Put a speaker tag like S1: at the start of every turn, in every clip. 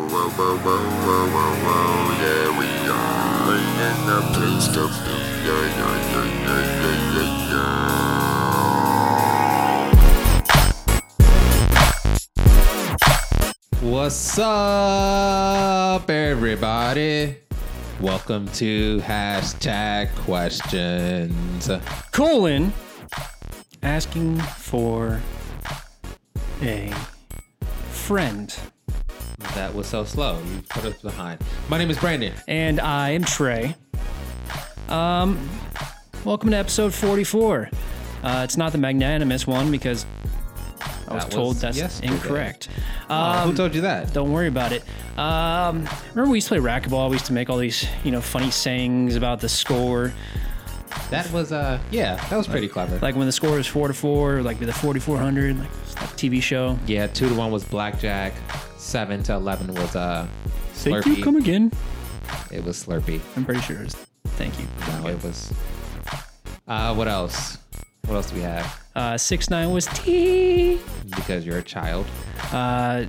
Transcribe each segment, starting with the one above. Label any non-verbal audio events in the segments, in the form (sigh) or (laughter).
S1: whoa, whoa, whoa, whoa, whoa, yeah, we are in the place of yeah, yeah, yeah, yeah, yeah, yeah, yeah.
S2: What's up, everybody? Welcome to hashtag questions.
S3: colon asking for a friend
S2: That was so slow. You put us behind. My name is Brandon.
S3: and i am trey um welcome to episode 44 uh, it's not the magnanimous one because i was
S2: That
S3: told
S2: was
S3: that's
S2: yesterday.
S3: incorrect
S2: Who told you that?
S3: don't worry about it um remember we used to play racquetball we used to make all these you know funny sayings about the score
S2: That was uh yeah, that was pretty clever.
S3: like when the score is four to four like the 4400 like it's like a tv show
S2: yeah, two to one was blackjack, seven to eleven was uh
S3: thank
S2: Slurpee.
S3: you come again
S2: It was Slurpee.
S3: i'm pretty sure it's thank you
S2: No, it was uh what else? What else do we have?
S3: Uh, six nine was T.
S2: Because you're a child.
S3: Uh,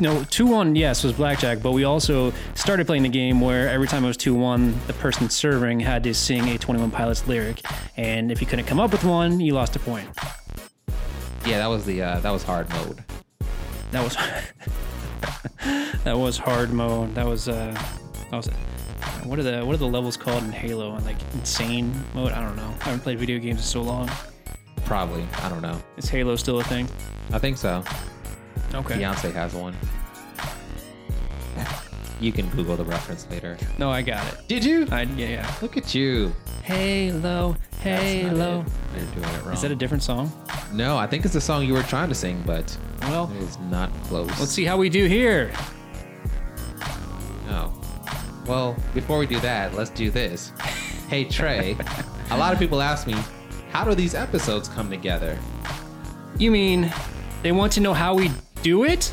S3: no, two one. Yes, was blackjack. But we also started playing the game where every time it was two one, the person serving had to sing a Twenty One Pilots lyric, and if you couldn't come up with one, you lost a point.
S2: Yeah, that was the uh that was hard mode.
S3: That was (laughs) that was hard mode. That was uh, that was. What are the what are the levels called in Halo? Like insane mode? I don't know. I haven't played video games in so long.
S2: Probably. I don't know.
S3: Is Halo still a thing?
S2: I think so.
S3: Okay.
S2: Beyonce has one. You can Google the reference later.
S3: No, I got it.
S2: Did you?
S3: I yeah yeah.
S2: Look at you.
S3: Halo,
S2: That's
S3: Halo.
S2: not it. You're doing it wrong.
S3: Is that a different song?
S2: no, I think it's the song you were trying to sing, but
S3: Well,
S2: it is not close.
S3: let's see how we do here.
S2: No. Well, before we do that, let's do this. Hey, Trey, a lot of people ask me, how do these episodes come together?
S3: You mean they want to know how we do it?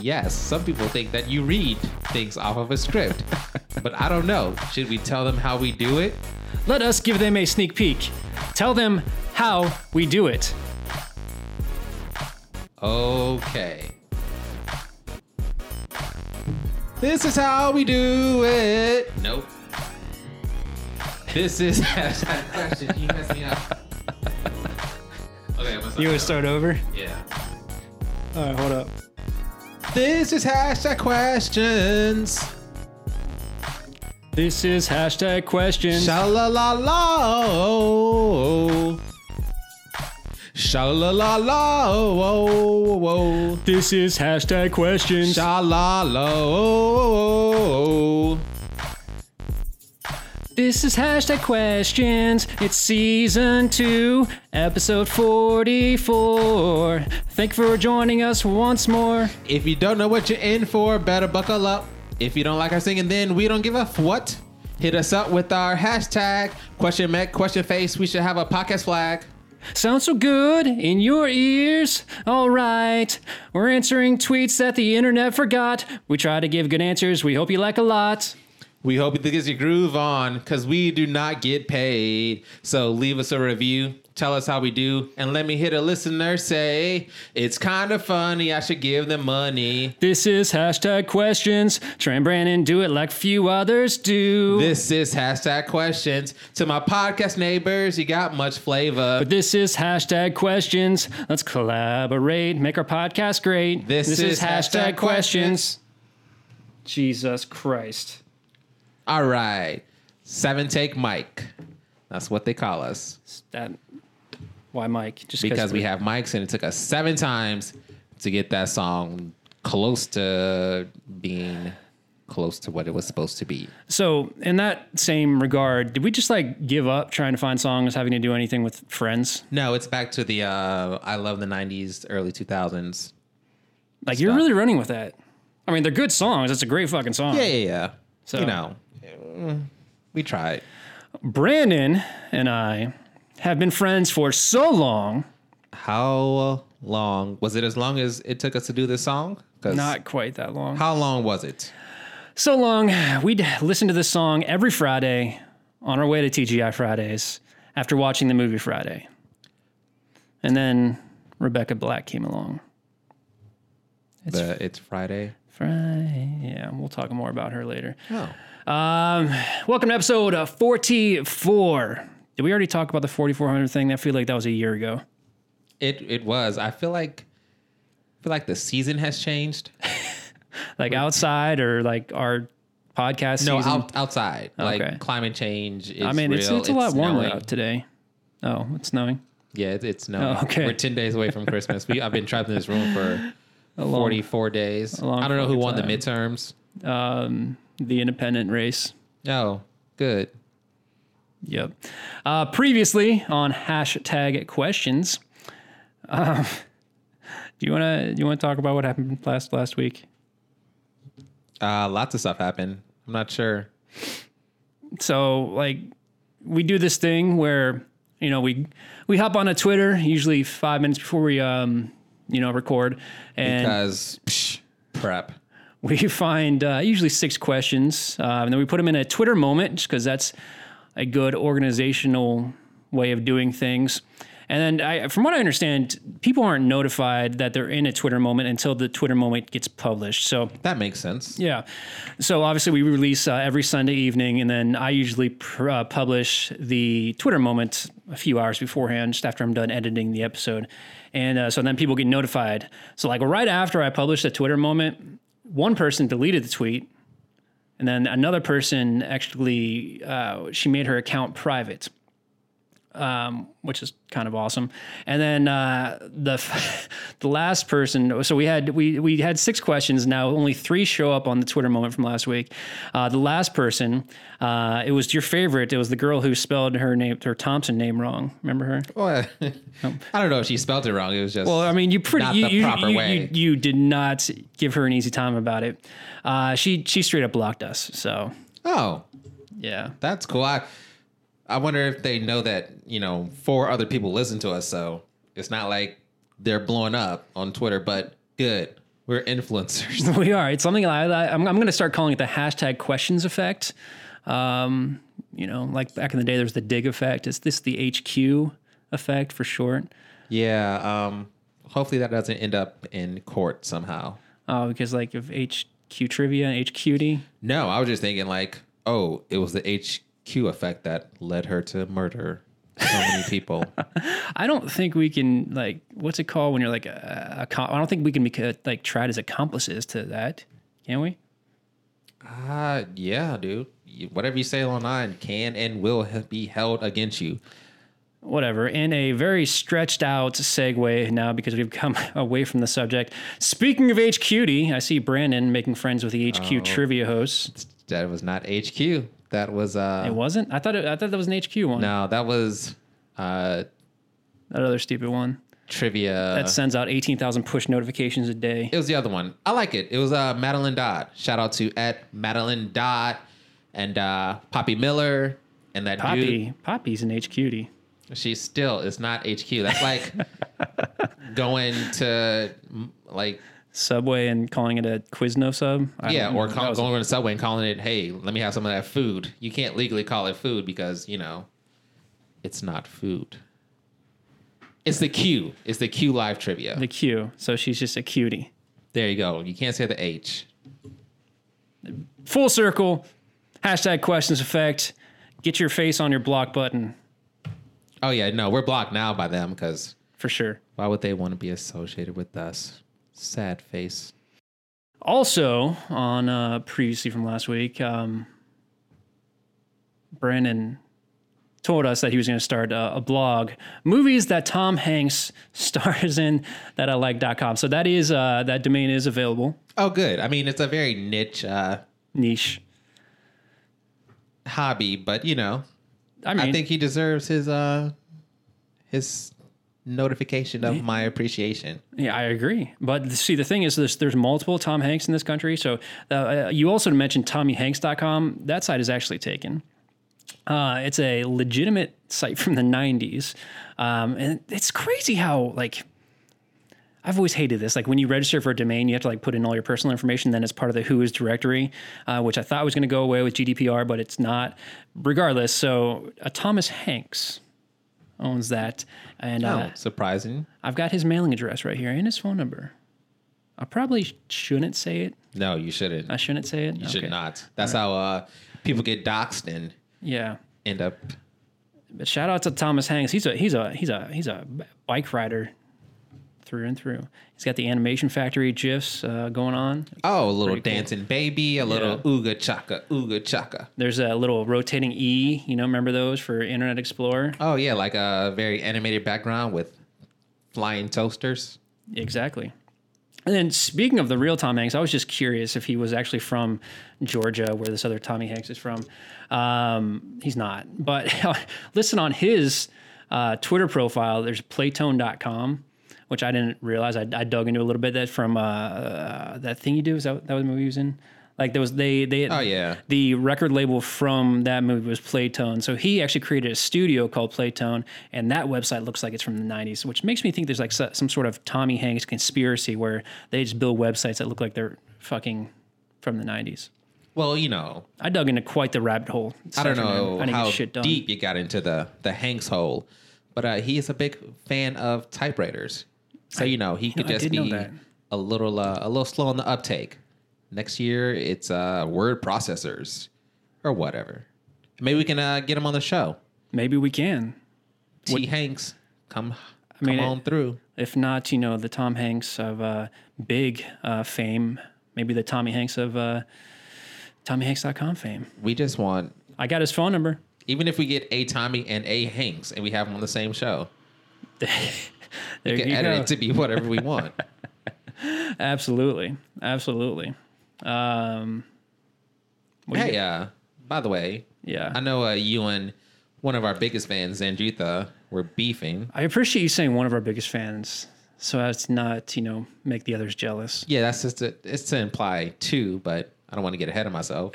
S2: Yes, some people think that you read things off of a script, but I don't know. Should we tell them how we do it?
S3: Let us give them a sneak peek. Tell them how we do it.
S2: Okay. This is how we do it. Nope. This (laughs) is hashtag question. You messed (laughs) me up. Okay, I'm gonna start
S3: You would
S2: over.
S3: start over.
S2: Yeah.
S3: All right, hold up.
S2: This is hashtag questions.
S3: This is hashtag questions.
S2: Sha-la-la-la. Sha-la-la-la.
S3: this is hashtag questions.
S2: Sha-la-la.
S3: This is hashtag questions. It's season two, episode 44. Thank you for joining us once more.
S2: If you don't know what you're in for, better buckle up. If you don't like our singing, then we don't give a f- what. Hit us up with our hashtag question met question face. We should have a podcast flag.
S3: Sounds so good in your ears? All right. We're answering tweets that the internet forgot. We try to give good answers. We hope you like a lot.
S2: We hope it gets your groove on because we do not get paid. So leave us a review, tell us how we do, and let me hit a listener say, It's kind of funny. I should give them money.
S3: This is hashtag questions. Trey and Brandon do it like few others do.
S2: This is hashtag questions. To my podcast neighbors, you got much flavor.
S3: but this is hashtag questions. Let's collaborate, make our podcast great.
S2: This is hashtag questions.
S3: Jesus Christ.
S2: All right. Seven take Mike. That's what they call us
S3: That. Why, Mike? Just
S2: because we have mics, and it took us seven times to get that song close to being close to what it was supposed to be.
S3: So, in that same regard, did we just like give up trying to find songs having to do anything with friends?
S2: No, it's back to the uh, I love the 90s, early 2000s.
S3: Like, you're
S2: Stop.
S3: really running with that. I mean, they're good songs. It's a great fucking song.
S2: Yeah, yeah, yeah.
S3: So-
S2: you know, mm, we tried.
S3: Brandon and I have been friends for so long.
S2: How long was it as long as it took us to do this song? 'Cause
S3: Not quite that long.
S2: how long was it?
S3: so long. We'd listen to this song every Friday on our way to TGI Fridays after watching the movie Friday. And then Rebecca Black came along.
S2: It's, it's Friday.
S3: Fry. Yeah, we'll talk more about her later.
S2: Oh.
S3: Um, welcome to episode uh, 44. Did we already talk about the 4400 thing? I feel like that was a year ago.
S2: It it was. I feel like I feel like the season has
S3: (laughs)
S2: changed.
S3: Like outside or like our podcast
S2: No,
S3: season.
S2: out, outside.
S3: Okay.
S2: Like climate change is
S3: I mean,
S2: real.
S3: it's, it's a lot warmer
S2: snowing.
S3: out today. Oh, it's snowing.
S2: Yeah, it, it's snowing.
S3: Oh, okay.
S2: We're 10 days away from Christmas. we I've been trapped in this room
S3: (laughs)
S2: for 44 days.
S3: long
S2: I don't know who
S3: fucking
S2: won the
S3: time.
S2: midterms.
S3: Um, the independent race.
S2: Oh, good.
S3: Yep. Uh, previously on hashtag questions. (laughs) Um, do you wanna do you wanna talk about what happened last last week?
S2: Uh, lots of stuff happened. I'm not sure.
S3: so like we do this thing where you know we we hop on a twitter usually five minutes before we um you know record and
S2: Because psh, prep.
S3: we (laughs) find uh, usually six questions uh, and then we put them in a twitter moment just because that's a good organizational way of doing things and then I, from what i understand people aren't notified that they're in a twitter moment until the twitter moment gets published so
S2: That makes sense.
S3: yeah. So obviously, we release uh, every Sunday evening, and then I usually pr- uh, publish the Twitter moment a few hours beforehand, just after I'm done editing the episode. And uh, so then people get notified. So, like, right after I published the Twitter moment, one person deleted the tweet. And then another person actually, uh, she made her account private, um, which is kind of awesome. And then uh, the f- (laughs) the last person, so we had we we had six questions. Now only three show up on the Twitter moment from last week. Uh, the last person, uh, it was your favorite. It was the girl who spelled her name, her Thompson name wrong. Remember her?
S2: Well, (laughs) I don't know if she spelled it wrong. It was just.
S3: Well, I mean, you pretty
S2: Not
S3: you,
S2: the
S3: you-
S2: proper
S3: you-
S2: way.
S3: you- you did not give her an easy time about it. Uh, she she straight up blocked us. So
S2: oh,
S3: yeah.
S2: that's cool. I, I wonder if they know that, you know, four other people listen to us. So it's not like they're blowing up on Twitter, but good. We're influencers.
S3: (laughs) We are. It's something I, I I'm, I'm going to start calling it the hashtag questions effect. Um, you know, like back in the day, there's the dig effect. Is this the HQ effect for short?
S2: (laughs) yeah. Um, hopefully that doesn't end up in court somehow.
S3: Oh, because like if HQ trivia, HQD.
S2: No, I was just thinking like, oh, it was the HQ effect that led her to murder so (laughs) many people.
S3: I don't think we can like what's it called when you're like a, a com- I don't think we can be co- like tried as accomplices to that, can we?
S2: Uh, yeah, dude. You- Whatever you say online can and will he- be held against you.
S3: whatever, in a very stretched out segue now because we've come (laughs) away from the subject. Speaking of HQD, I see Brandon making friends with the HQ trivia host.
S2: That was not HQ. That was
S3: It
S2: uh
S3: wasn't. I thought. It, I thought that was an HQ one.
S2: no, that was uh
S3: That other stupid one
S2: trivia.
S3: that sends out eighteen thousand push notifications a day.
S2: Uh. it was the other one. I like it. It was uh Madeline Dodd. Shout out to at Madeline Dodd and uh Poppy Miller and that dude.
S3: Poppy, Poppy's an HQD.
S2: She still is not HQ. That's
S3: (laughs)
S2: like going to mm, like
S3: Subway and calling it a Quizno sub. I
S2: yeah,
S3: don't
S2: or
S3: know.
S2: call,
S3: That was-
S2: going to Subway and calling it, "Hey, let me have some of that food." You can't legally call it food because you know it's not food. It's the Q. It's the Q live trivia.
S3: the Q. So she's just a cutie.
S2: there you go. You can't say the H.
S3: Full circle. Hashtag questions effect. Get your face on your block button
S2: Oh yeah, no, we're blocked now by them because
S3: for sure.
S2: why would they want to be associated with us? Sad face.
S3: Also, on uh, previously from last week, um, Brandon told us that he was going to start uh, a blog, movies that Tom Hanks (laughs) stars in that I like.com. So that is uh, that domain is available.
S2: Oh, good. I mean, it's a very niche uh,
S3: Niche.
S2: hobby, but you know,
S3: I mean,
S2: I think he deserves his uh his notification of my appreciation.
S3: yeah, I agree. But see, the thing is, there's, there's multiple Tom Hanks in this country. So uh, you also mentioned TommyHanks.com. That site is actually taken. Uh, it's a legitimate site from the 90s. Um, and it's crazy how, like, I've always hated this. Like, when you register for a domain, you have to, like, put in all your personal information. Then it's part of the Whois directory, uh, which I thought was going to go away with GDPR, but it's not. Regardless, so uh, Thomas Hanks owns that. And uh,
S2: Oh, surprising.
S3: I've got his mailing address right here and his phone number. I probably sh- shouldn't say it.
S2: No, you shouldn't.
S3: I shouldn't say it.
S2: You should not. That's how uh, people get doxxed and
S3: Yeah.
S2: end up.
S3: But shout out to Thomas Hanks. He's a he's a he's a he's a bike rider through and through. He's got the animation factory gifs uh, going on.
S2: Oh, a little
S3: Pretty cool.
S2: dancing baby, a little ooga chaka, ooga chaka.
S3: There's a little rotating E. You know, remember those for Internet Explorer?
S2: Oh yeah, like a very animated background with flying toasters.
S3: Exactly. And then speaking of the real Tom Hanks, I was just curious if he was actually from Georgia, where this other Tommy Hanks is from. Um, he's not. But (laughs) listen on his uh, Twitter profile, there's playtone.com, which I didn't realize. I, I dug into a little bit. That's from uh, uh, that thing you do. Is that that was the movie he was in? Like there was they they
S2: Oh, yeah.
S3: the record label from that movie was Playtone. So he actually created a studio called Playtone, and that website looks like it's from the 90s, which makes me think there's like so- some sort of Tommy Hanks conspiracy where they just build websites that look like they're fucking from the 90s.
S2: Well, you know,
S3: I dug into quite the rabbit hole.
S2: I don't
S3: section, man.
S2: know
S3: I didn't get
S2: how
S3: shit done.
S2: deep you got into the the Hanks hole, but uh, he is a big fan of typewriters. So you know he could
S3: know, I
S2: just
S3: did know
S2: be
S3: that.
S2: a little uh, a little slow on the uptake. Next year it's uh, word processors or whatever. Maybe we can uh, get him on the show.
S3: Maybe we can.
S2: T Hanks, come come
S3: mean, it-
S2: on through.
S3: If not, you know, the Tom Hanks of uh, big uh, fame, maybe the Tommy Hanks of uh, TommyHanks.com fame.
S2: We just want
S3: I got his phone number.
S2: even if we get a Tommy and a Hanks and we have them on the same show,
S3: There
S2: we can
S3: you
S2: edit
S3: go.
S2: it to be whatever we want.
S3: Absolutely, absolutely. Um, (laughs) what do you-
S2: hey, uh, by the way,
S3: yeah.
S2: I know uh, you and one of our biggest fans, Zandritha, were beefing.
S3: I appreciate you saying one of our biggest fans, so as to not you know make the others jealous.
S2: Yeah, that's just to, it's to imply two, but I don't want to get ahead of
S3: (laughs)
S2: myself.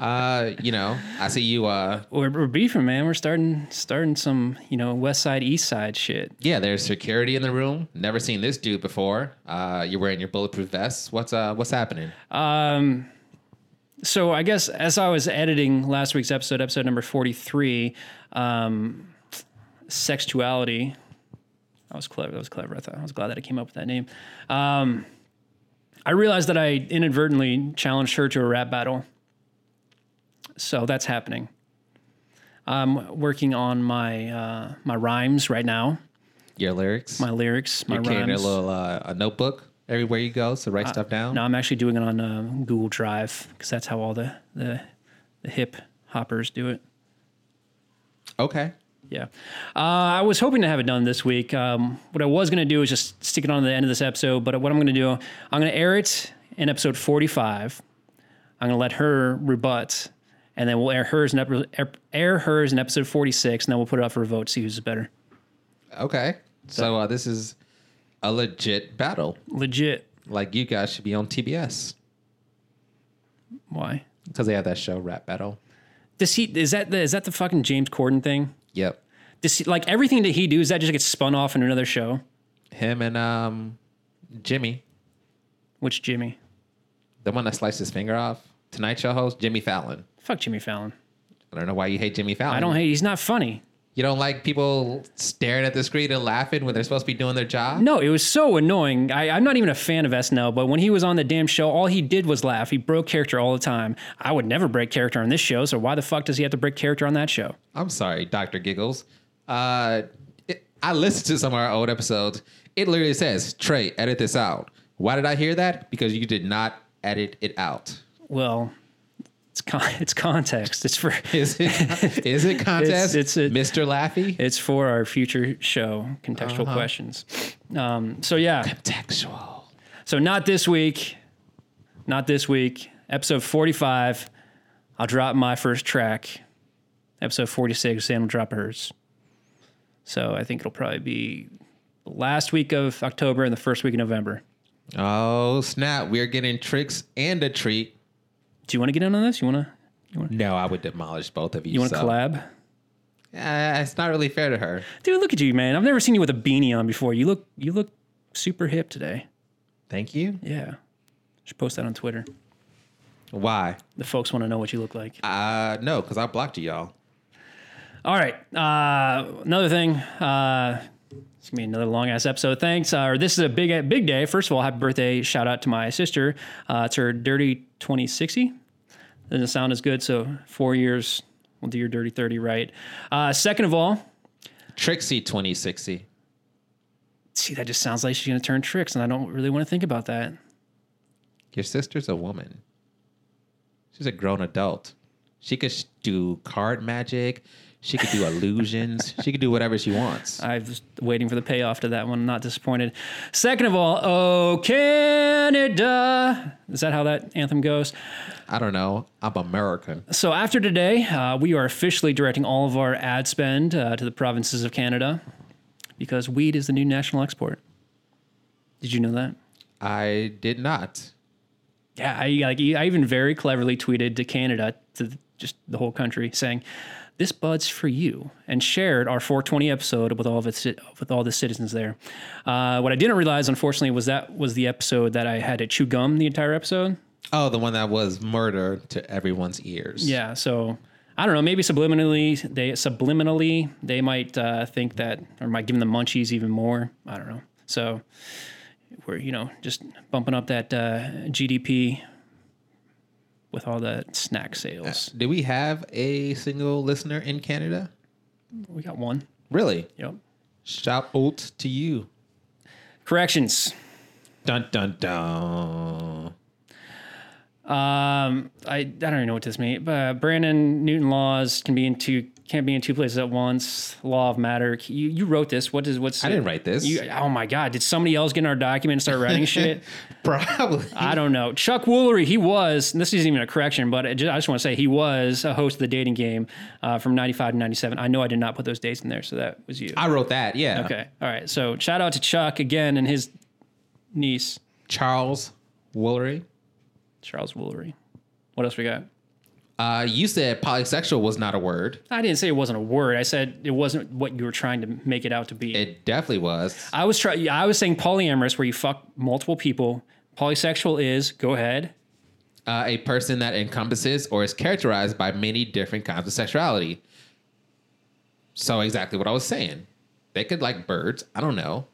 S2: uh, you know, I see you. Uh,
S3: We're, we're beefing, man. We're starting starting some you know West Side East Side shit.
S2: yeah, there's security in the room. Never seen this dude before. Uh, you're wearing your bulletproof vest. What's uh, what's happening?
S3: So I guess as I was editing last week's episode, episode number forty three, um, sexuality. That was clever. That was clever. I thought I was glad that I came up with that name. Um, I realized that I inadvertently challenged her to a rap battle. So that's happening. I'm working on my uh, my rhymes right now.
S2: Your lyrics.
S3: My lyrics, my
S2: you're carrying a
S3: rhymes. Uh,
S2: little uh, a notebook everywhere you go, so write stuff down.
S3: No, I'm actually doing it on um, Google Drive because that's how all the, the the hip hoppers do it.
S2: Okay.
S3: Yeah. Uh, I was hoping to have it done this week. Um, what I was going to do is just stick it on to the end of this episode. But what I'm going to do, I'm going to air it in episode 45. I'm going to let her rebut, and then we'll air hers in, ep- ep- air hers in episode 46, and then we'll put it up for a vote, see who's better.
S2: Okay. So uh, this is a legit battle.
S3: Legit.
S2: Like you guys should be on TBS
S3: Why?
S2: because they have that show, Rap Battle.
S3: Does he? Is that the is that the fucking James Corden thing?
S2: Yep.
S3: Does he, like everything that he do is that just gets spun off in another show?
S2: Him and um, Jimmy,
S3: Which Jimmy?
S2: the one that sliced his finger off. Tonight Show host Jimmy Fallon.
S3: Fuck Jimmy Fallon.
S2: I don't know why you hate Jimmy Fallon.
S3: I don't hate. He's not funny.
S2: You don't like people staring at the screen and laughing when they're supposed to be doing their job.
S3: No, it was so annoying. I, I'm not even a fan of SNL, but when he was on the damn show, all he did was laugh. He broke character all the time. I would never break character on this show, so why the fuck does he have to break character on that show?
S2: I'm sorry, Doctor Giggles. Uh, it, I listened to some of our old episodes. It literally says, "Trey, edit this out." Why did I hear that? Because you did not edit it out. (laughs)
S3: Well, it's con- (laughs) it's context. It's for
S2: Is it is it contest?
S3: (laughs) It's- it's a-
S2: Mr. Laffy.
S3: it's for our future show contextual questions. Um, so yeah,
S2: Textual.
S3: so not this week, not this week. Episode 45, I'll drop my first track. Episode 46, Sam will drop hers. So I think it'll probably be the last week of October and the first week of November.
S2: Oh snap! We're getting tricks and a treat.
S3: Do you want to get in on this? You want to
S2: No, I would demolish both of you.
S3: you want to
S2: so-
S3: collab?
S2: Uh, it's not really fair to her.
S3: Dude, look at you, man. I've never seen you with a beanie on before. You look you look super hip today.
S2: Thank you.
S3: Yeah. Should post that on Twitter.
S2: Why?
S3: The folks want to know what you look like.
S2: Uh, no, because I blocked you, y'all.
S3: All right. Uh, another thing. Uh, It's gonna be another long ass episode. Thanks. Uh, this is a big big day. First of all, happy birthday! Shout out to my sister. Uh, it's her dirty twenty sixty. Doesn't sound as good. So four years. We'll do your dirty thirty right. Uh, second of all,
S2: Trixie 2060.
S3: see that just sounds like she's gonna turn tricks, and I don't really want to think about that.
S2: Your sister's a woman. She's a grown adult. She could sh- do card magic. She could do
S3: (laughs)
S2: illusions. She could do whatever she wants.
S3: I was waiting for the payoff to that one. Not disappointed. Second of all, oh Canada, is that how that anthem goes?
S2: I don't know. I'm American.
S3: So after today, uh, we are officially directing all of our ad spend uh, to the provinces of Canada because weed is the new national export. Did you know that?
S2: I did not.
S3: Yeah, I like e, I even very cleverly tweeted to Canada to th- just the whole country saying, "This bud's for you," and shared our 420 episode with all of its with all the citizens there. Uh, what I didn't realize, unfortunately, was that was the episode that I had to chew gum the entire episode.
S2: Oh, the one that was murder to everyone's ears.
S3: Yeah, so I don't know. Maybe subliminally, they subliminally they might uh, think that, or might give them the munchies even more. I don't know. So we're you know just bumping up that uh, GDP with all the snack sales.
S2: Do we have a single listener in Canada?
S3: We got one.
S2: Really?
S3: Yep.
S2: Shout out to you.
S3: Corrections.
S2: Dun dun dun.
S3: Um, I, I don't even know what this means. Uh, Brandon Newton laws can be in two can't be in two places at once. Law of matter. You you wrote this. What is what's
S2: I didn't write this.
S3: You, oh my god! Did somebody else get in our document and
S2: (laughs)
S3: start writing shit?
S2: Probably.
S3: I don't know. Chuck Woolery, he was, and this isn't even a correction, but it ju- I just want to say he was a host of the dating game uh, from 95 to 97. I know I did not put those dates in there, so that was you.
S2: I wrote that. Yeah.
S3: okay. All right. So shout out to Chuck again and his niece,
S2: Charles Woolery.
S3: Charles Woolery. What else we got?
S2: Uh, you said polysexual was not a word.
S3: I didn't say it wasn't a word. I said it wasn't what you were trying to make it out to be.
S2: It definitely was.
S3: I was trying. I was saying polyamorous, where you fuck multiple people. Polysexual is go ahead.
S2: Uh, a person that encompasses or is characterized by many different kinds of sexuality. So exactly what I was saying. They could like birds. I don't know.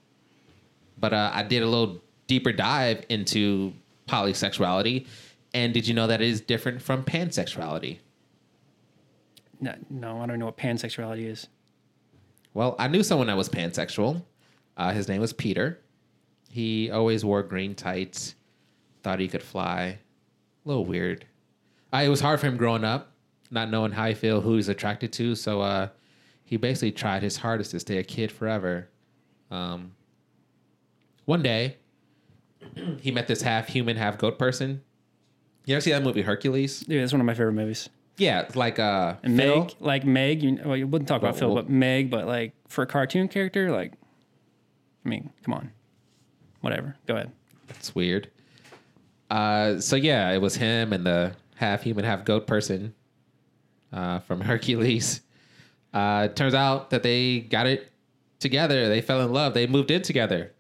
S2: But uh, I did a little deeper dive into polysexuality. And did you know that it is different from pansexuality?
S3: No, no, I don't know what pansexuality is.
S2: Well, I knew someone that was pansexual. Uh, his name was Peter. He always wore green tights, thought he could fly. A little weird. Uh, it was hard for him growing up, not knowing how he feel, who he's attracted to. So uh, he basically tried his hardest to stay a kid forever. Um, one day, he met this half human, half goat person. You ever see that movie Hercules?
S3: Dude, that's one of my favorite movies.
S2: Yeah, it's like uh,
S3: And
S2: Phil.
S3: Meg, like Meg, you, well, you wouldn't talk about
S2: Well,
S3: Phil,
S2: well-
S3: but Meg, but like for a cartoon character, like, I mean, come on, whatever. Go ahead.
S2: It's weird. Uh, so yeah, it was him and the half human, half goat person uh, from (laughs) Hercules. Uh, turns out that they got it together. They fell in love. They moved in together.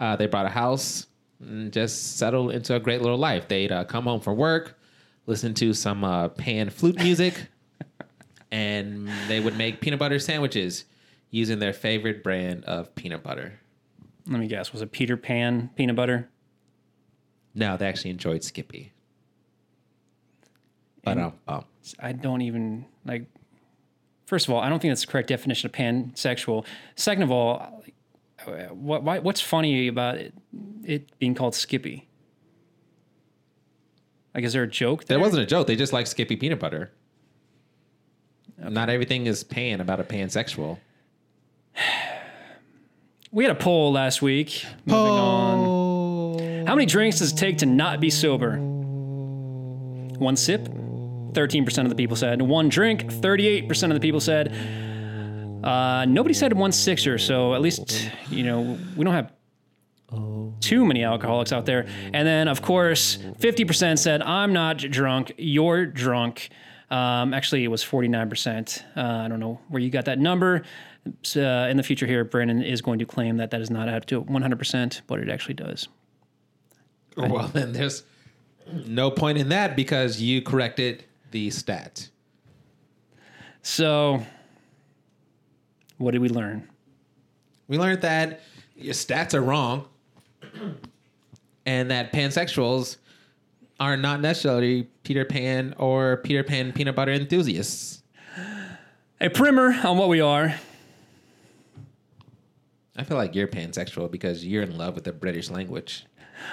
S2: Uh, they bought a house and just settled into a great little life. They'd uh, come home from work, listen to some uh, pan flute music, and they would make peanut butter sandwiches using their favorite brand of peanut butter.
S3: Let me guess. Was it Peter Pan peanut butter?
S2: No, they actually enjoyed Skippy. But um, um,
S3: I don't even like. First of all, I don't think that's the correct definition of pansexual. Second of all, like, what why, what's funny about it, it being called Skippy? Like, is there a joke?
S2: that wasn't a joke. They just like Skippy peanut butter. Not everything is pan about a pansexual.
S3: We had a poll last week. Moving on.
S2: Oh,
S3: How many drinks does it take to not be sober? One sip? 13% of the people said. One drink? 38% of the people said. Uh, nobody said one sixer, so at least, you know, we don't have too many alcoholics out there. And then, of course, 50% said, I'm not drunk, you're drunk. Um, actually, it was 49%. Uh, I don't know where you got that number. So, uh, in the future, here, Brandon is going to claim that that is not up to 100%, but it actually does.
S2: well then there's no point in that because you corrected the stat.
S3: So, what did we learn?
S2: We learned that your stats are wrong and that pansexuals are not necessarily Peter Pan or Peter Pan peanut butter enthusiasts.
S3: A primer on what we are.
S2: I feel like you're pansexual because you're in love with the British language.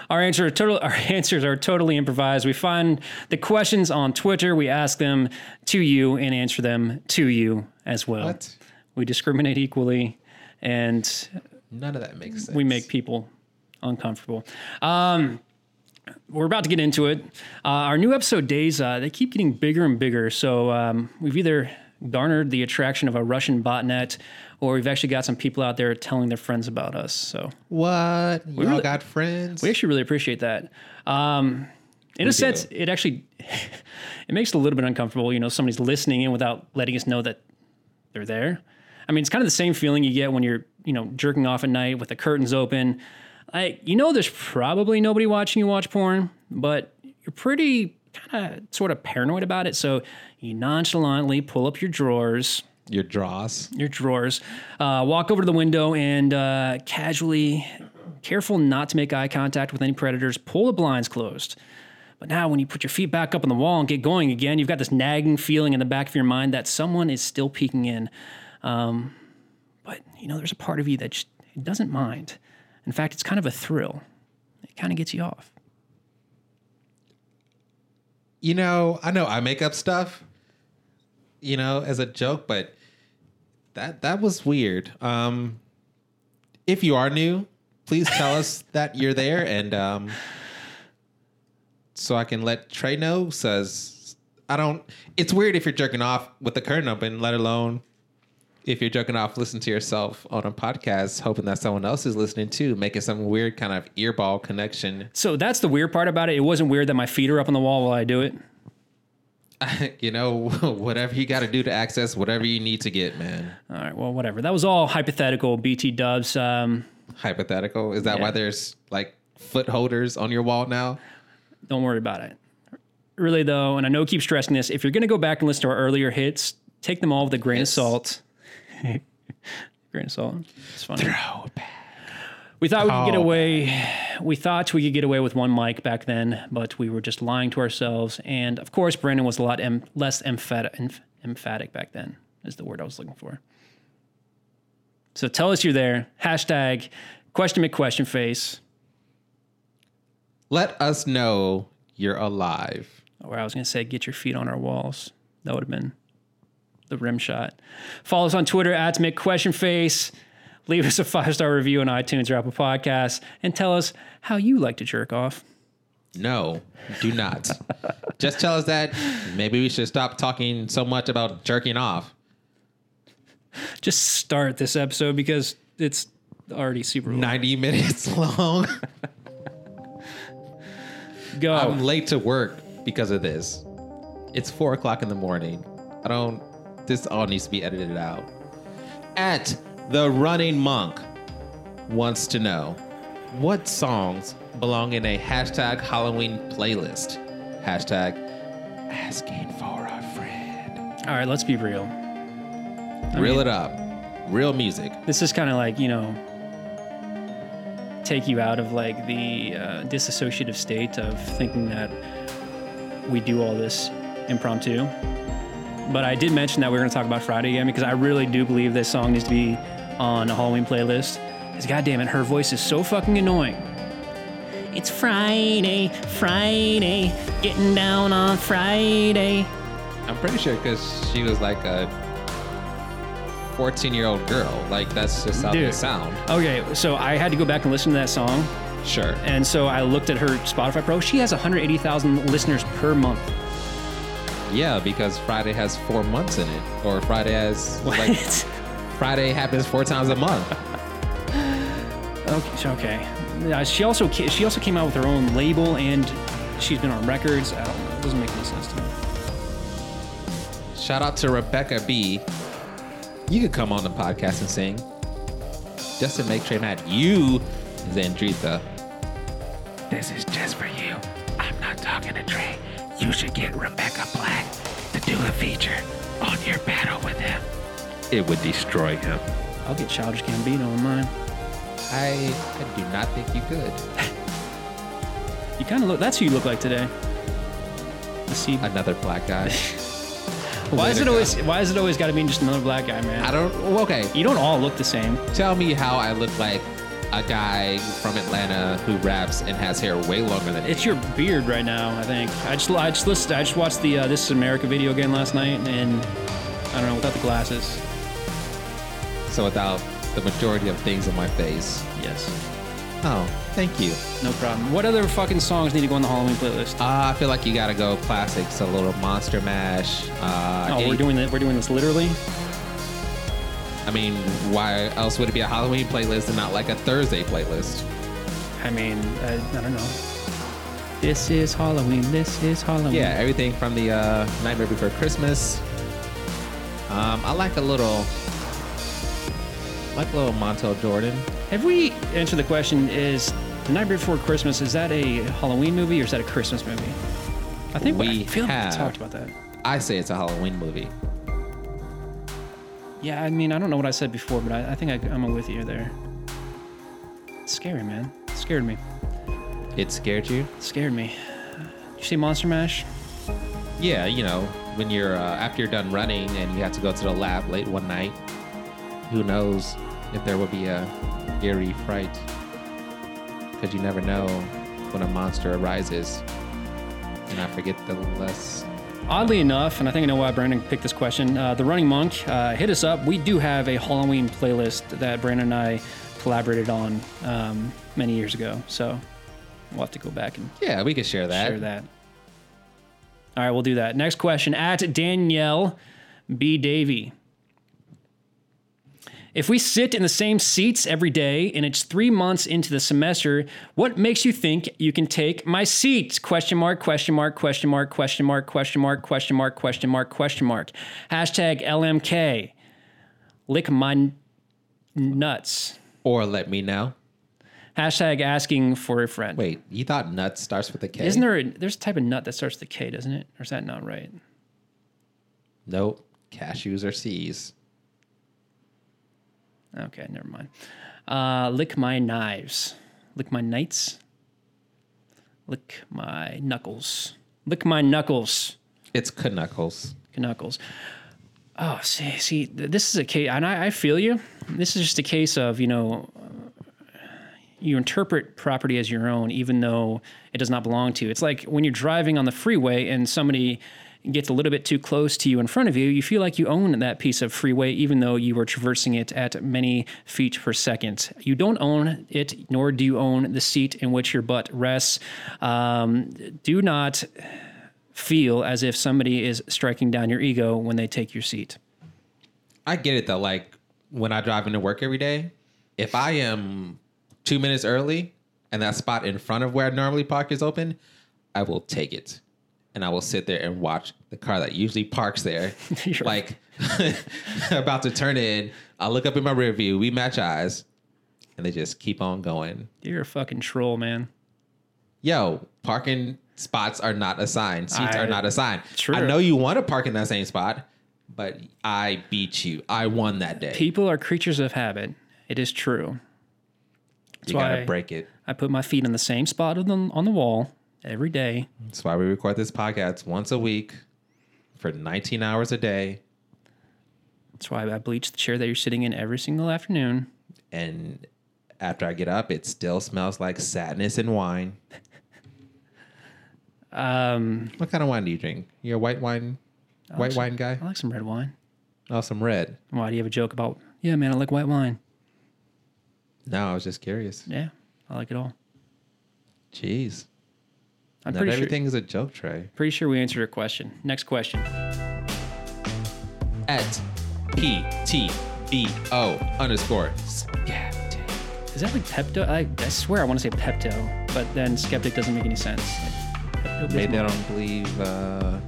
S3: Our answer are total, our (laughs) answers are totally improvised. We find the questions on Twitter. We ask them to you and answer them to you as well.
S2: What?
S3: We discriminate equally, and
S2: None of that makes sense.
S3: we make people uncomfortable. Um, we're about to get into it. Uh, our new episode days uh, they keep getting bigger and bigger. So um, we've either garnered the attraction of a Russian botnet, or we've actually got some people out there telling their friends about us. So
S2: what? We all
S3: really-
S2: got friends.
S3: we actually really appreciate that. Um, in a sense, it actually (laughs) it makes it a little bit uncomfortable. You know, somebody's listening in without letting us know that they're there. I mean, it's kind of the same feeling you get when you're you know jerking off at night with the curtains open. I you know, there's probably nobody watching you watch porn, but you're pretty kind of sort of paranoid about it. So you nonchalantly pull up your drawers
S2: Your draws.
S3: your drawers. Uh, walk over to the window and uh, casually, careful not to make eye contact with any predators, pull the blinds closed. But now, when you put your feet back up on the wall and get going again, you've got this nagging feeling in the back of your mind that someone is still peeking in. Um, but, you know, there's a part of you that just doesn't mind. In fact, it's kind of a thrill, it kind of gets you off.
S2: You know, I know I make up stuff, you know, as a joke, but that that was weird. Um if you are new, please tell us that you're there and um so I can let Trey know says I don't it's weird if you're jerking off with the curtain open, let alone if you're jerking off, listen to yourself on a podcast, hoping that someone else is listening too, making some weird kind of earball connection.
S3: So that's the weird part about it. It wasn't weird that my feet are up on the wall while I do it.
S2: you know, (laughs) whatever you got to do to access whatever you need to get, man.
S3: All right, well, whatever. That was all hypothetical, BT dubs. Um,
S2: Hypothetical. Is that
S3: Yeah.
S2: why there's like foot holders on your wall now?
S3: don't worry about it. Really though, and I know I keep stressing this, if you're gonna go back and listen to our earlier hits, take them all with a grain
S2: Yes.
S3: of salt. grain of salt. It's funny.
S2: Oh,
S3: We thought we could get
S2: Oh.
S3: away. We thought we could get away with one mic back then, but we were just lying to ourselves. And of course, Brandon was a lot em- less emphatic, emphatic back then. Is the word I was looking for. So tell us you're there. Hashtag question McQuestion face.
S2: Let us know you're alive.
S3: or I was going to say, get your feet on our walls. That would have been the rim shot. Follow us on Twitter at McQuestionFace. Leave us a five star review on iTunes or Apple Podcasts and tell us how you like to jerk off.
S2: No, do not. Just tell us that maybe we should stop talking so much about jerking off.
S3: Just start this episode because it's already super long.
S2: 90 minutes (laughs) long.
S3: Go.
S2: I'm late to work because of this. It's four o'clock in the morning. I don't. This all needs to be edited out. At the running monk wants to know what songs belong in a hashtag Halloween playlist. Hashtag asking for a friend.
S3: All right, let's be real.
S2: Reel it up. Real music.
S3: This is kind of like, you know, take you out of like the uh, disassociative state of thinking that we do all this impromptu. But I did mention that we are going to talk about Friday again because I really do believe this song needs to be on a Halloween playlist. Because goddamn it, her voice is so fucking annoying. It's Friday, Friday, getting down on Friday.
S2: I'm pretty sure because she was like a 14 year old girl. Like, that's just how they
S3: Dude.
S2: sound.
S3: Okay, so I had to go back and listen to that song
S2: Sure.
S3: And so I looked at her Spotify Pro. She has 180,000 listeners per month.
S2: Yeah, because Friday has four months in it, or Friday has like
S3: (laughs)
S2: Friday happens four times a month.
S3: okay. so- okay. Uh, she also ca- she also came out with her own label and she's been on records. I don't know. It doesn't make any sense to me.
S2: Shout out to Rebecca B. You could come on the podcast and sing, just to make Trey mad. You, Zandrita. This is just for you. I'm not talking to Trey. You should get Rebecca Black to do a feature on your battle with him. It would destroy him.
S3: I'll get Childish Gambino on mine.
S2: I, I do not think you could.
S3: You kind of look. That's who you look like today. Let's see.
S2: Another black guy.
S3: (laughs) Why is
S2: Way
S3: it
S2: to
S3: always?
S2: go.
S3: Why is it always got to be just another black guy, man?
S2: I don't. well, Okay,
S3: you don't all look the same.
S2: tell me how I look like a guy from Atlanta who raps and has hair way longer than
S3: It's
S2: me.
S3: your beard right now. I think. I just. I just listened. I just watched the uh, This Is America video again last night, and I don't know without the glasses.
S2: So without the majority of things on my face.
S3: Yes.
S2: Oh, thank you.
S3: No problem. What other fucking songs need to go on the Halloween playlist?
S2: Uh, I feel like you gotta go classics, a little Monster Mash. Uh,
S3: oh, we're
S2: any-
S3: doing that. We're doing this literally.
S2: I mean, why else would it be a Halloween playlist and not like a Thursday playlist?
S3: I mean, I, I don't know. This is Halloween. This is Halloween.
S2: Yeah, everything from the uh, Nightmare Before Christmas. Um, I like a little, I like a little Montel Jordan.
S3: Have we answered the question? Is the night before Christmas? Is that a Halloween movie or is that a Christmas movie? I think
S2: We
S3: I feel like
S2: have.
S3: we talked about that.
S2: I say it's a Halloween movie.
S3: Yeah, I mean, I don't know what I said before, but I, I think I, I'm with you there. It's scary, man. It scared me.
S2: It scared you?
S3: It scared me. You see Monster Mash?
S2: Yeah, you know, when you're uh, after you're done running and you have to go to the lab late one night, who knows if there will be a eerie fright? Because you never know when a monster arises. And I forget the less.
S3: Oddly enough, and I think I know why Brandon picked this question, uh, the Running Monk uh, hit us up. We do have a Halloween playlist that Brandon and I collaborated on um, many years ago. So we'll have to go back and
S2: Yeah, we could share that.
S3: share that. All right, we'll do that. Next question at Danielle B. Davy. If we sit in the same seats every day and it's three months into the semester, what makes you think you can take my seats? Question mark, question mark, question mark, question mark, question mark, question mark, question mark, question mark. Hashtag LMK. Lick my n- nuts.
S2: Or let me know.
S3: Hashtag asking for a friend.
S2: Wait, you thought nuts starts with a K?
S3: Isn't there a, there's a type of nut that starts with a K, doesn't it? Or is that not right?
S2: Nope. Cashews are C's.
S3: Okay, never mind. Uh, lick my knives. Lick my knights. Lick my knuckles. Lick my knuckles.
S2: It's knuckles.
S3: Knuckles. Oh, see, see, th- this is a case, and I, I feel you. This is just a case of, you know, you interpret property as your own, even though it does not belong to you. It's like when you're driving on the freeway and somebody gets a little bit too close to you in front of you, you feel like you own that piece of freeway, even though you were traversing it at many feet per second. You don't own it, nor do you own the seat in which your butt rests. Um, do not feel as if somebody is striking down your ego when they take your seat.
S2: I get it though. Like when I drive into work every day, if I am two minutes early and that spot in front of where I normally park is open, I will take it. And I will sit there and watch the car that usually parks there,
S3: (laughs) You're-
S2: like (laughs) about to turn in. I look up in my rear view, we match eyes, and they just keep on going.
S3: You're a fucking troll, man.
S2: Yo, parking spots are not assigned, seats
S3: I-
S2: are not assigned.
S3: True.
S2: I know you want to park in that same spot, but I beat you. I won that day.
S3: People are creatures of habit. It is true.
S2: you gotta
S3: why-
S2: break it.
S3: I put my feet in the same spot of them on the wall every day.
S2: That's why we record this podcast once a week for 19 hours a day.
S3: That's why I bleach the chair that you're sitting in every single afternoon.
S2: And after I get up, it still smells like sadness and wine.
S3: Um, Oh,
S2: What kind of wine do you drink? You're a white wine, white wine guy?
S3: I like some red wine.
S2: Oh, some red.
S3: Why do you have a joke about? Yeah, man, I like white wine.
S2: No, I was just curious.
S3: Yeah, I like it all.
S2: Jeez.
S3: I'm
S2: Not
S3: pretty
S2: everything is a joke, Trey.
S3: sure. Pretty sure we answered your question. Next question.
S2: At P T B O underscore. Yeah.
S3: Is that like Pepto? I, I swear I want to say Pepto, but then skeptic doesn't make any sense. Pepto-Bismol.
S2: Maybe I don't believe uh,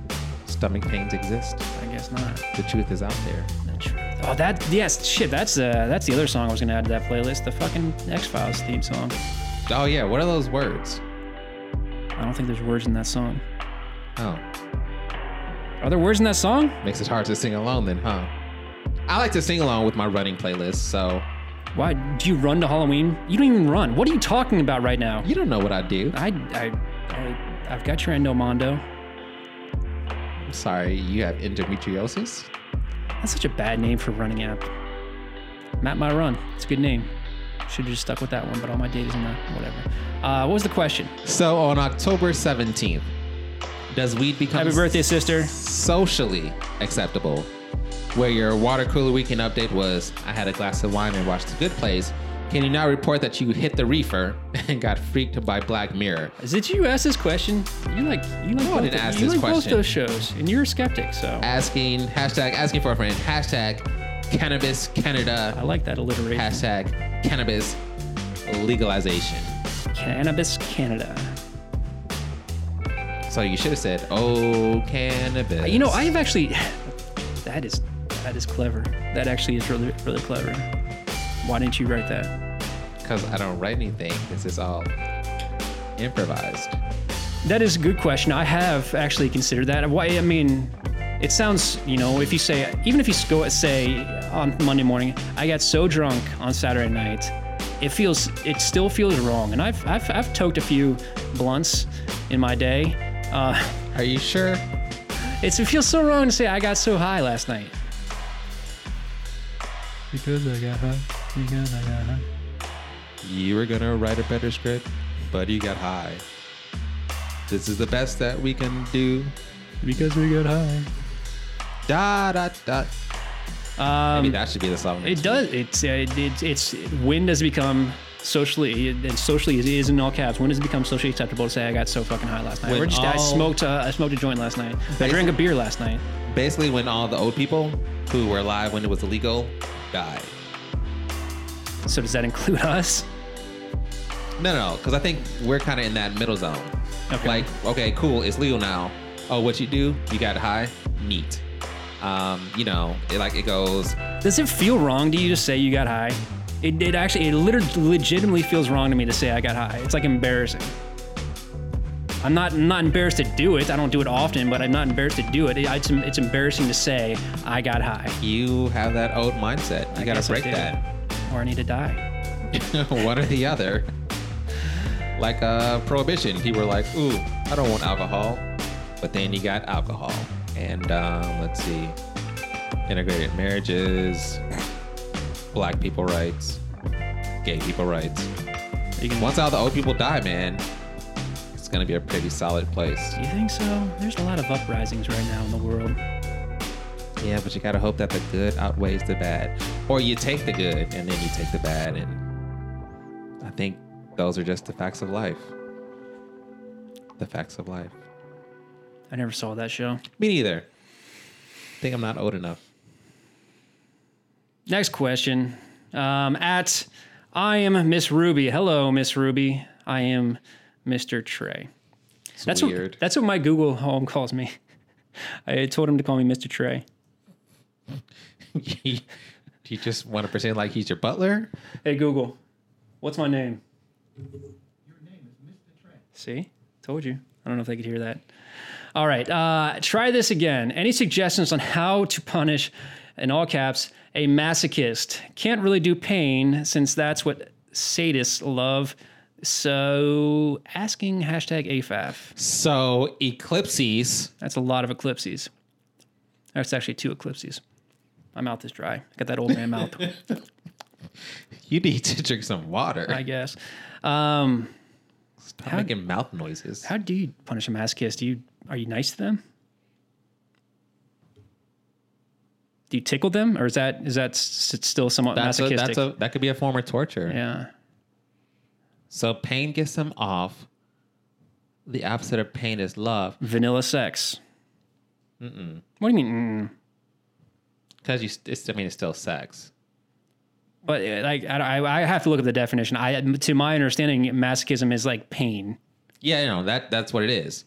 S2: stomach pains exist.
S3: I guess not.
S2: The truth is out there.
S3: Not sure. Oh, that yes, shit. That's uh, that's the other song I was gonna add to that playlist. The fucking X Files theme song.
S2: Oh, yeah. What are those words?
S3: I don't think there's words in that song.
S2: Oh,
S3: Are there words in that song?
S2: makes it hard to sing alone then, huh? I like to sing along with my running playlist, so
S3: Why do you run to Halloween? You don't even run. What are you talking about right now?
S2: you don't know what I do.
S3: I, I, I I've got your endomondo.
S2: I'm sorry, you have endometriosis?
S3: That's such a bad name for running app. Map my run. It's a good name. Should have just stuck with that one, but all my data's in that. Whatever. Uh, what was the question?
S2: So on October 17th, does weed become
S3: Happy birthday, sister.
S2: socially acceptable? Where your water cooler weekend update was, I had a glass of wine and watched The Good Place. Can you now report that you hit the reefer (laughs) and got freaked by Black Mirror?
S3: Did you ask this question? You like you like,
S2: I
S3: both,
S2: didn't ask
S3: you
S2: this
S3: like both
S2: question.
S3: those shows, and you're a skeptic, so
S2: Asking hashtag asking for a friend hashtag cannabis Canada
S3: I like that alliteration.
S2: hashtag cannabis legalization.
S3: Cannabis Canada.
S2: So you should have said, "Oh, cannabis."
S3: You know, I've actually (sighs) that is that is clever. That actually is really really clever. Why didn't you write that?
S2: because I don't write anything. This is all improvised.
S3: That is a good question. I have actually considered that. Why? I mean, it sounds you know if you say even if you go say on Monday morning, I got so drunk on Saturday night. It feels it still feels wrong, and I've I've, I've toked a few blunts in my day. Uh,
S2: Are you sure?
S3: It's, it feels so wrong to say I got so high last night. Because I got high. Because I got high.
S2: You were gonna write a better script, but you got high. This is the best that we can do.
S3: Because we got high.
S2: Da da da.
S3: Um,
S2: Maybe that should be the song.
S3: it
S2: next
S3: does.
S2: week.
S3: It's uh, it, it's it's when does it become socially and socially it is in all caps. When does it become socially acceptable to say I got so fucking high last night?
S2: When
S3: or just I
S2: all-
S3: smoked uh, I smoked a joint last night. I drank a beer last night.
S2: Basically, when all the old people who were alive when it was illegal died.
S3: So does that include (laughs) us?
S2: No, no, because I think we're kind of in that middle zone.
S3: Okay.
S2: Like, okay, cool, it's legal now. Oh, what you do? You got high? Neat. Um, you know, it like it goes.
S3: Does it feel wrong to you to say you got high? It, it actually, it literally, legitimately feels wrong to me to say I got high. It's like embarrassing. I'm not I'm not embarrassed to do it. I don't do it often, but I'm not embarrassed to do it. It- it's, it's embarrassing to say I got high.
S2: You have that old mindset. You
S3: I
S2: gotta
S3: guess I
S2: break
S3: did.
S2: that.
S3: or I need to die.
S2: (laughs) one or the other. Like uh, prohibition, people were like, "Ooh, I don't want alcohol," but then you got alcohol, and um, let's see, integrated marriages, black people rights, gay people rights.
S3: You can,
S2: Once all the old people die, man, it's gonna be a pretty solid place.
S3: you think so? There's a lot of uprisings right now in the world.
S2: Yeah, but you gotta hope that the good outweighs the bad, or you take the good and then you take the bad, and I think those are just the facts of life. The facts of life.
S3: I never saw that show.
S2: Me neither. I think I'm not old enough.
S3: Next question. Um, at I am Miss Ruby. Hello, Miss Ruby. I am Mr. Trey.
S2: It's
S3: That's
S2: weird.
S3: What, that's what my Google Home calls me. (laughs) I told him to call me Mr. Trey.
S2: (laughs) you just want to pretend like he's your butler?
S3: Hey Google, what's my name? Your name is Mr. Trey. See, told you. I don't know if they could hear that. All right, uh, try this again. Any suggestions on how to punish, in all caps, a masochist? Can't really do pain since that's what sadists love. So asking hashtag AFAF.
S2: So eclipses.
S3: That's a lot of eclipses. That's actually two eclipses. My mouth is dry. I got that old man mouth,
S2: You need to drink some water.
S3: I guess. Um,
S2: Stop making mouth noises.
S3: how do you punish a masochist? Do you are you nice to them? Do you tickle them, or is that is that s- s- still somewhat
S2: that's a,
S3: masochistic?
S2: that's a that could be a form of torture.
S3: yeah.
S2: So pain gets them off. The opposite of pain is love,
S3: Vanilla sex. What do you mean? Mm.
S2: because you. It's, I mean, it's still sex.
S3: But uh, like, I, I I have to look up the definition. I, to my understanding, masochism is like pain.
S2: Yeah, you know that that's what it is.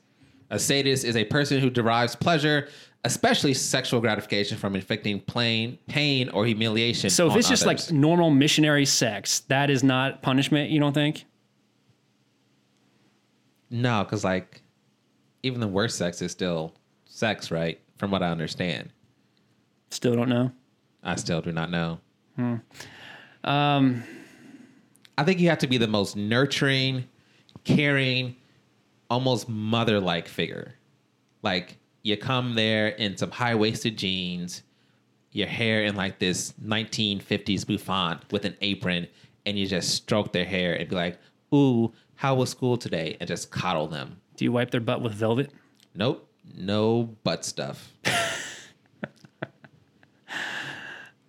S2: A sadist is a person who derives pleasure, especially sexual gratification, from inflicting plain pain or humiliation.
S3: So if
S2: on
S3: it's just
S2: others.
S3: like normal missionary sex, that is not punishment, you don't think?
S2: No, because like even the worst sex is still sex, right? From what I understand.
S3: Still don't know.
S2: I still do not know. Um, I think you have to be the most nurturing, caring, almost mother like figure. Like you come there in some high waisted jeans, your hair in like this 1950s bouffant with an apron, and you just stroke their hair and be like, Ooh, how was school today? And just coddle them.
S3: Do you wipe their butt with velvet?
S2: Nope, no butt stuff.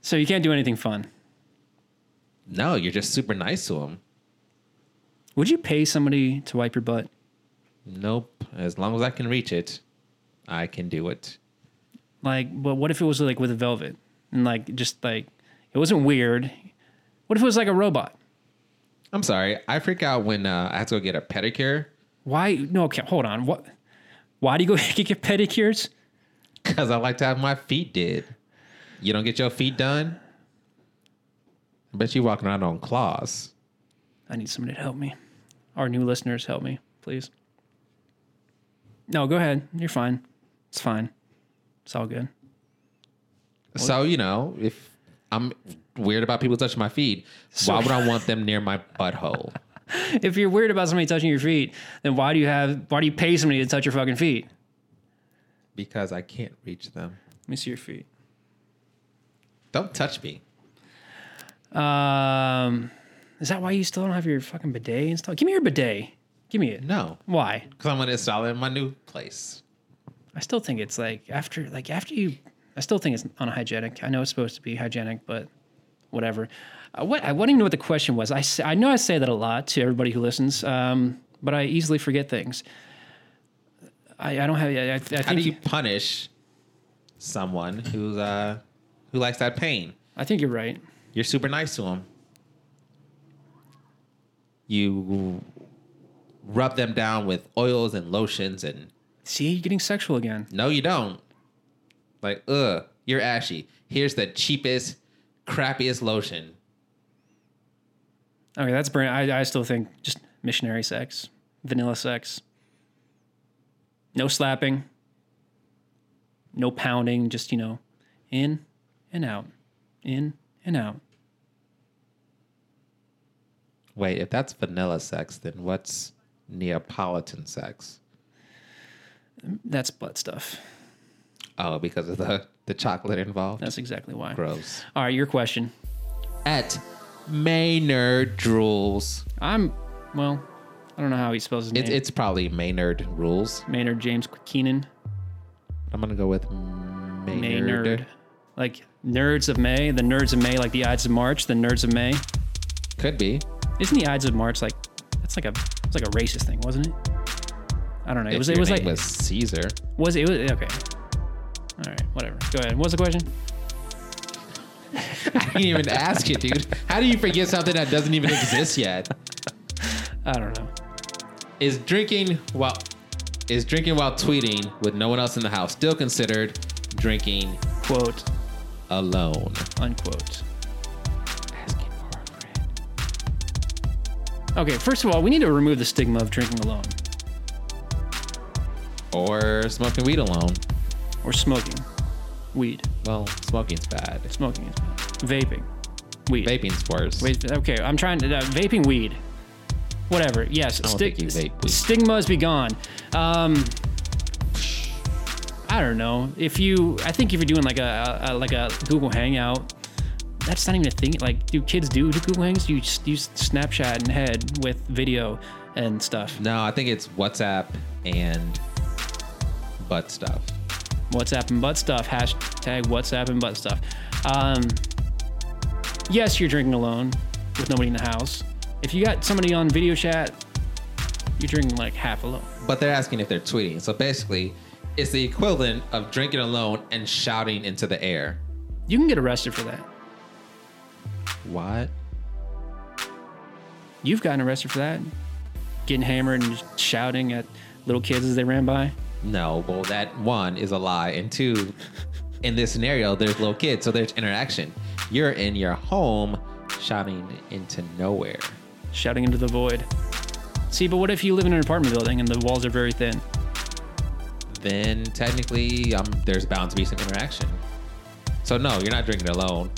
S3: So you can't do anything fun.
S2: No, you're just super nice to them.
S3: Would you pay somebody to wipe your butt?
S2: Nope, as long as I can reach it, I can do it.
S3: Like, but what if it was like with velvet and like just like it wasn't weird? What if it was like a robot?
S2: I'm sorry. I freak out when uh, I have to go get a pedicure (laughs)
S3: Why? No, okay, hold on. What? Why do you go (laughs) get pedicures?
S2: because I like to have my feet did. You don't get your feet done? I bet you walking around on claws.
S3: I need somebody to help me. Our new listeners, help me, please. No, go ahead. You're fine. It's fine. It's all good.
S2: So, you know, if I'm weird about people touching my feet, why would I want them near my butthole?
S3: If you're weird about somebody touching your feet, then why do you have? Why do you pay somebody to touch your fucking feet?
S2: Because I can't reach them.
S3: Let me see your feet.
S2: Don't touch me.
S3: Um, is that why you still don't have your fucking bidet installed? Give me your bidet. Give me it.
S2: No,
S3: Why?
S2: because I'm going to install it in my new place.
S3: I still think it's like after like after you. I still think it's unhygienic. I know it's supposed to be hygienic, but whatever. Uh, what I wouldn't even know what the question was. I say, I know I say that a lot to everybody who listens, um, but I easily forget things. I, I don't have. I, I, I
S2: How do
S3: think
S2: you punish someone who's uh, who likes that pain?
S3: I think you're right.
S2: You're super nice to them. You rub them down with oils and lotions, and
S3: See, you're getting sexual again.
S2: no, you don't. Like, ugh, you're ashy. Here's the cheapest, crappiest lotion.
S3: Okay, that's brand. I, I still think just missionary sex, vanilla sex, no slapping, no pounding. Just you know, in and out, in and out.
S2: Wait, if that's vanilla sex, then what's Neapolitan sex?
S3: That's butt stuff.
S2: Oh, because of the the chocolate involved.
S3: That's exactly why.
S2: gross.
S3: All right, your question.
S2: At Maynard Rules.
S3: I'm well. I don't know how he spells his
S2: It's
S3: name.
S2: it's probably Maynard Rules.
S3: Maynard James Keenan.
S2: I'm gonna go with
S3: Maynard.
S2: Maynard.
S3: Like nerds of May, the nerds of May, like the Ides of March, the nerds of May.
S2: Could be.
S3: Isn't the Ides of March like that's like a it's like a racist thing, wasn't it? I don't know. It
S2: If
S3: was it
S2: your
S3: was
S2: name
S3: like
S2: was Caesar. (laughs)
S3: was it was okay. All right, whatever. Go ahead. What's the question?
S2: I didn't even ask it, dude. How do you forget something that doesn't even exist yet?
S3: I don't know.
S2: Is drinking while is drinking while tweeting with no one else in the house still considered drinking
S3: Quote
S2: alone?
S3: unquote.
S2: Asking for a friend.
S3: Okay, first of all, we need to remove the stigma of drinking alone
S2: Or smoking weed alone.
S3: or smoking weed.
S2: Well, smoking's bad.
S3: Smoking is bad. Vaping. Weed.
S2: Vaping's worse.
S3: Wait, okay, I'm trying to. Uh, vaping weed. Whatever. Yes.
S2: don't
S3: sti-
S2: think you vape weed.
S3: Stigmas be gone. Um, I don't know. If you, I think if you're doing like a, a like a Google Hangout, that's not even a thing. Like, do kids do Google Hangs? You just use Snapchat and head with video and stuff.
S2: No, I think it's WhatsApp and butt stuff.
S3: WhatsApp and butt stuff. Hashtag WhatsApp and butt stuff. Um, yes, you're drinking alone with nobody in the house. If you got somebody on video chat, you're drinking like half alone.
S2: But they're asking if they're tweeting. So basically, it's the equivalent of drinking alone and shouting into the air.
S3: You can get arrested for that.
S2: What?
S3: You've gotten arrested for that. Getting hammered and just shouting at little kids as they ran by.
S2: No, well, that one is a lie. And two, in this scenario, there's little kids, so there's interaction. You're in your home shouting into nowhere.
S3: shouting into the void. See, but what if you live in an apartment building and the walls are very thin?
S2: Then technically, um, there's bound to be some interaction. So no, you're not drinking alone.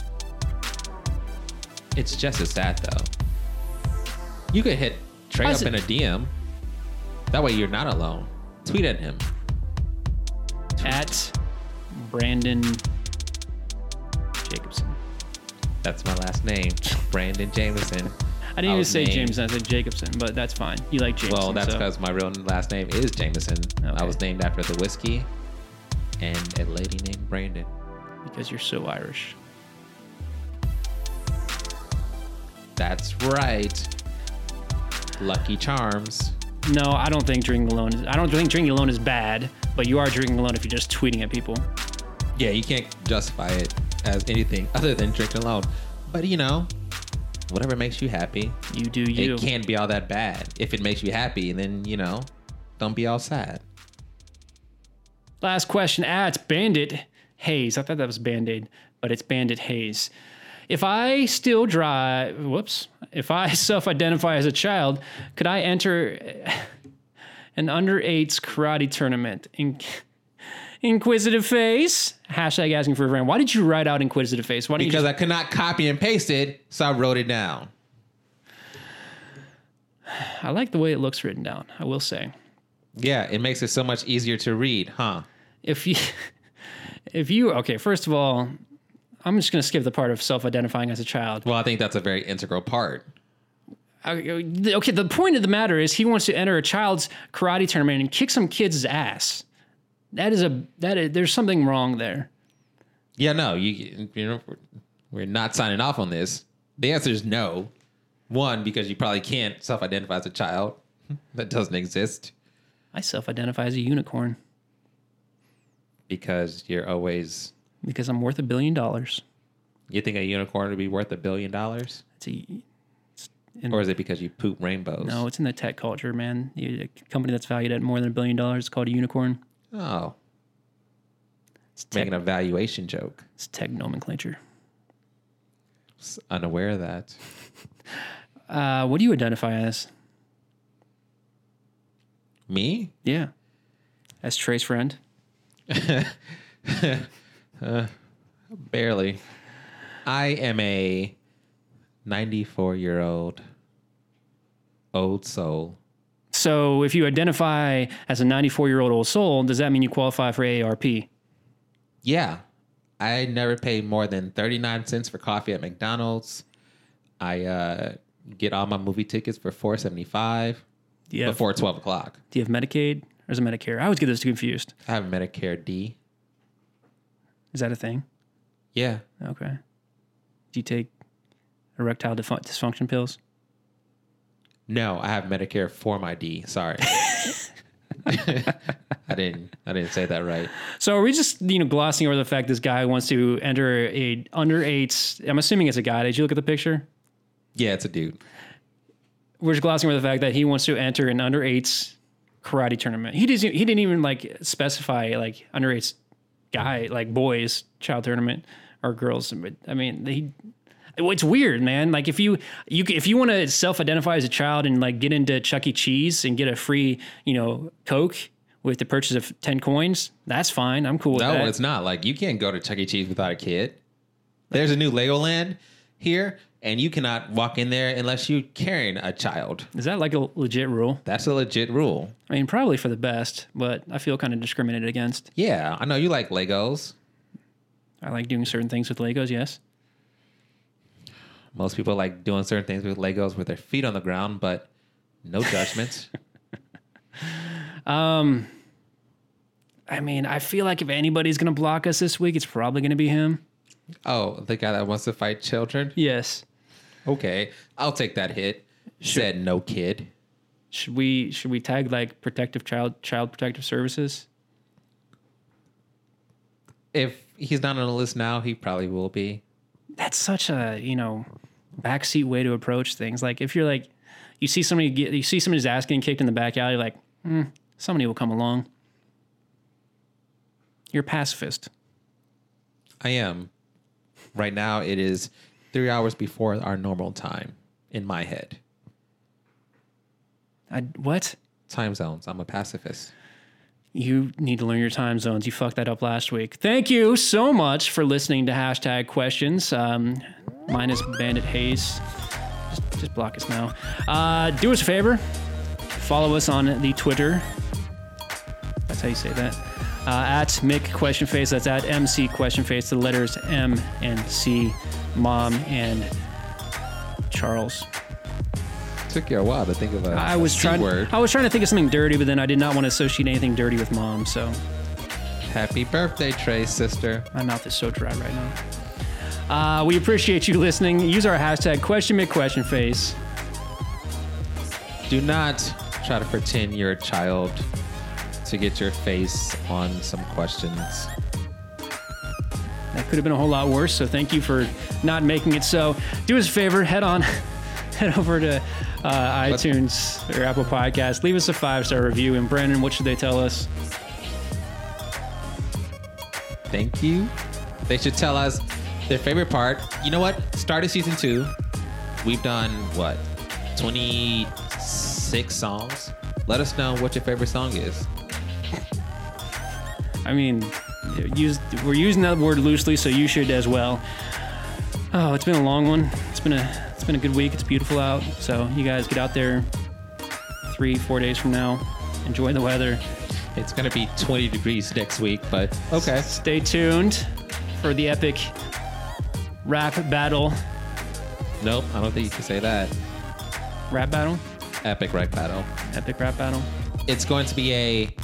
S2: It's just as sad though. You could hit Trey
S3: Why
S2: up
S3: is
S2: in a
S3: it-
S2: DM. That way you're not alone. Tweet at him.
S3: At Brandon Jacobson.
S2: That's my last name, Brandon Jameson.
S3: I didn't even
S2: was
S3: say
S2: named-
S3: Jameson. I said Jacobson, but that's fine. You like Jameson.
S2: Well, that's
S3: so-
S2: because my real last name is Jameson. I
S3: Okay.
S2: was named after the whiskey and a lady named Brandon.
S3: because you're so Irish.
S2: That's right. Lucky Charms.
S3: No, I don't think drinking alone. Is, I don't think drinking alone is bad, but you are drinking alone if you're just tweeting at people.
S2: Yeah, you can't justify it as anything other than drinking alone. But you know, whatever makes you happy,
S3: You do you.
S2: it can't be all that bad. If it makes you happy, then you know, don't be all sad.
S3: Last question at Bandit Hayes. I thought that was Band Aid, but it's Bandit Hayes. If I still drive, whoops, if I (laughs) self identify as a child, could I enter (laughs) an under eights karate tournament? In- inquisitive face. Hashtag asking for a friend. Why did you write out inquisitive face? Why did you
S2: Because I could not copy and paste it, so I wrote it down.
S3: I like the way it looks written down. I will say,
S2: Yeah, it makes it so much easier to read, huh?
S3: if you, (laughs) if you, okay, first of all, I'm just gonna skip the part of self-identifying as a child.
S2: Well, I think that's a very integral part.
S3: Okay, okay, the point of the matter is he wants to enter a child's karate tournament and kick some kid's ass. That is a that is, there's something wrong there.
S2: Yeah, no, you, you know, we're not signing off on this. The answer is no. One, because you probably can't self-identify as a child. (laughs) That doesn't exist.
S3: I self-identify as a unicorn
S2: because you're always
S3: because I'm worth a billion dollars.
S2: you think a unicorn would be worth a billion dollars
S3: It's a,
S2: or is it because you poop rainbows
S3: no, it's in the tech culture, man. You- A company that's valued at more than a billion dollars is called a unicorn.
S2: oh
S3: It's tech,
S2: making a valuation joke
S3: it's tech nomenclature.
S2: S- unaware of that
S3: Uh, what do you identify as?
S2: me
S3: Yeah, as Trey's friend.
S2: barely i am a 94 year old old soul
S3: So if you identify as a 94 year old old soul, does that mean you qualify for AARP?
S2: yeah i never pay more than 39 cents for coffee at mcdonald's i uh, get all my movie tickets for 475
S3: Yeah.
S2: before 12 o'clock
S3: Do you have Medicaid or is it Medicare? I always get those two confused.
S2: i have medicare d
S3: Is that a thing?
S2: yeah
S3: Okay. Do you take erectile defu- dysfunction pills?
S2: No, I have Medicare for my D. Sorry. (laughs) I didn't I didn't say that right.
S3: So are we just you know glossing over the fact this guy wants to enter a under eight? I'm assuming it's a guy. Did you look at the picture?
S2: Yeah, it's a dude.
S3: We're just glossing over the fact that he wants to enter an under eights karate tournament. He didn't. He didn't even like specify like under eights guy like boys child tournament or girls. But I mean he. Well, It's weird, man. Like if you you c- if you want to self-identify as a child and like get into Chuck E. Cheese and get a free you know Coke with the purchase of ten coins, that's fine. I'm cool with
S2: No,
S3: that.
S2: it's not. Like you can't go to Chuck E. Cheese without a kid. There's a new Legoland here, and you cannot walk in there unless you're carrying a child.
S3: Is that like a legit rule?
S2: That's a legit rule.
S3: I mean, probably for the best, but I feel kind of discriminated against.
S2: Yeah, I know you like Legos.
S3: I like doing certain things with Legos, yes.
S2: Most people like doing certain things with Legos with their feet on the ground, but no judgment.
S3: I mean, I feel like if anybody's going to block us this week, it's probably going to be him.
S2: oh, the guy that wants to fight children?
S3: Yes.
S2: Okay, I'll take that hit. Said no kid.
S3: Should we should we tag like protective child child protective services?
S2: if he's not on the list now, he probably will be.
S3: That's such a, you know, backseat way to approach things. Like if you're like you see somebody get you see somebody's ass getting kicked in the back alley, you're like, hmm, somebody will come along. You're a pacifist.
S2: I am. Right now, it is three hours before our normal time in my head.
S3: I, what?
S2: Time zones. I'm a pacifist.
S3: you need to learn your time zones. You fucked that up last week. Thank you so much for listening to hashtag questions. Um, mine is Bandit Haze. Just, just block us now. Uh, do us a favor. Follow us on the Twitter. That's how you say that. Uh, at Mick Question Face. That's at MC Question Face. The letters M and C, Mom and Charles.
S2: Took you a while to think of a
S3: I
S2: a
S3: was
S2: C
S3: trying.
S2: Word.
S3: I was trying to think of something dirty, but then I did not want to associate anything dirty with mom. So
S2: Happy birthday, Trey, sister.
S3: my mouth is so dry right now. Uh, we appreciate you listening. Use our hashtag question Mick question face.
S2: Do not try to pretend you're a child to get your face on some questions.
S3: That could have been a whole lot worse. So thank you for not making it so. Do us a favor. Head on. (laughs) Head over to uh, iTunes or Apple Podcasts. Leave us a five star review. And Brandon, what should they tell us?
S2: Thank you. They should tell us their favorite part. You know what? Start of season two. We've done what? 26 songs. Let us know what your favorite song is.
S3: I mean, use, we're using that word loosely, so you should as well. Oh, it's been a long one. It's been a it's been a good week. It's beautiful out. So you guys get out there. Three four days from now, enjoy the weather.
S2: It's going to be 20 degrees next week, but okay.
S3: Stay tuned for the epic rap battle.
S2: Nope, I don't think you can say that.
S3: Rap battle.
S2: Epic rec battle.
S3: Epic rap battle.
S2: It's going to be a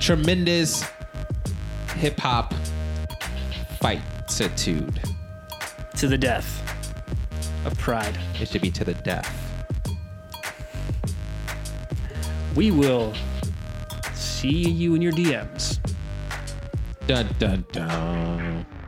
S2: tremendous hip hop fight attitude.
S3: To the death of pride.
S2: It should be to the death.
S3: We will see you in your DMs.
S2: Dun dun dun.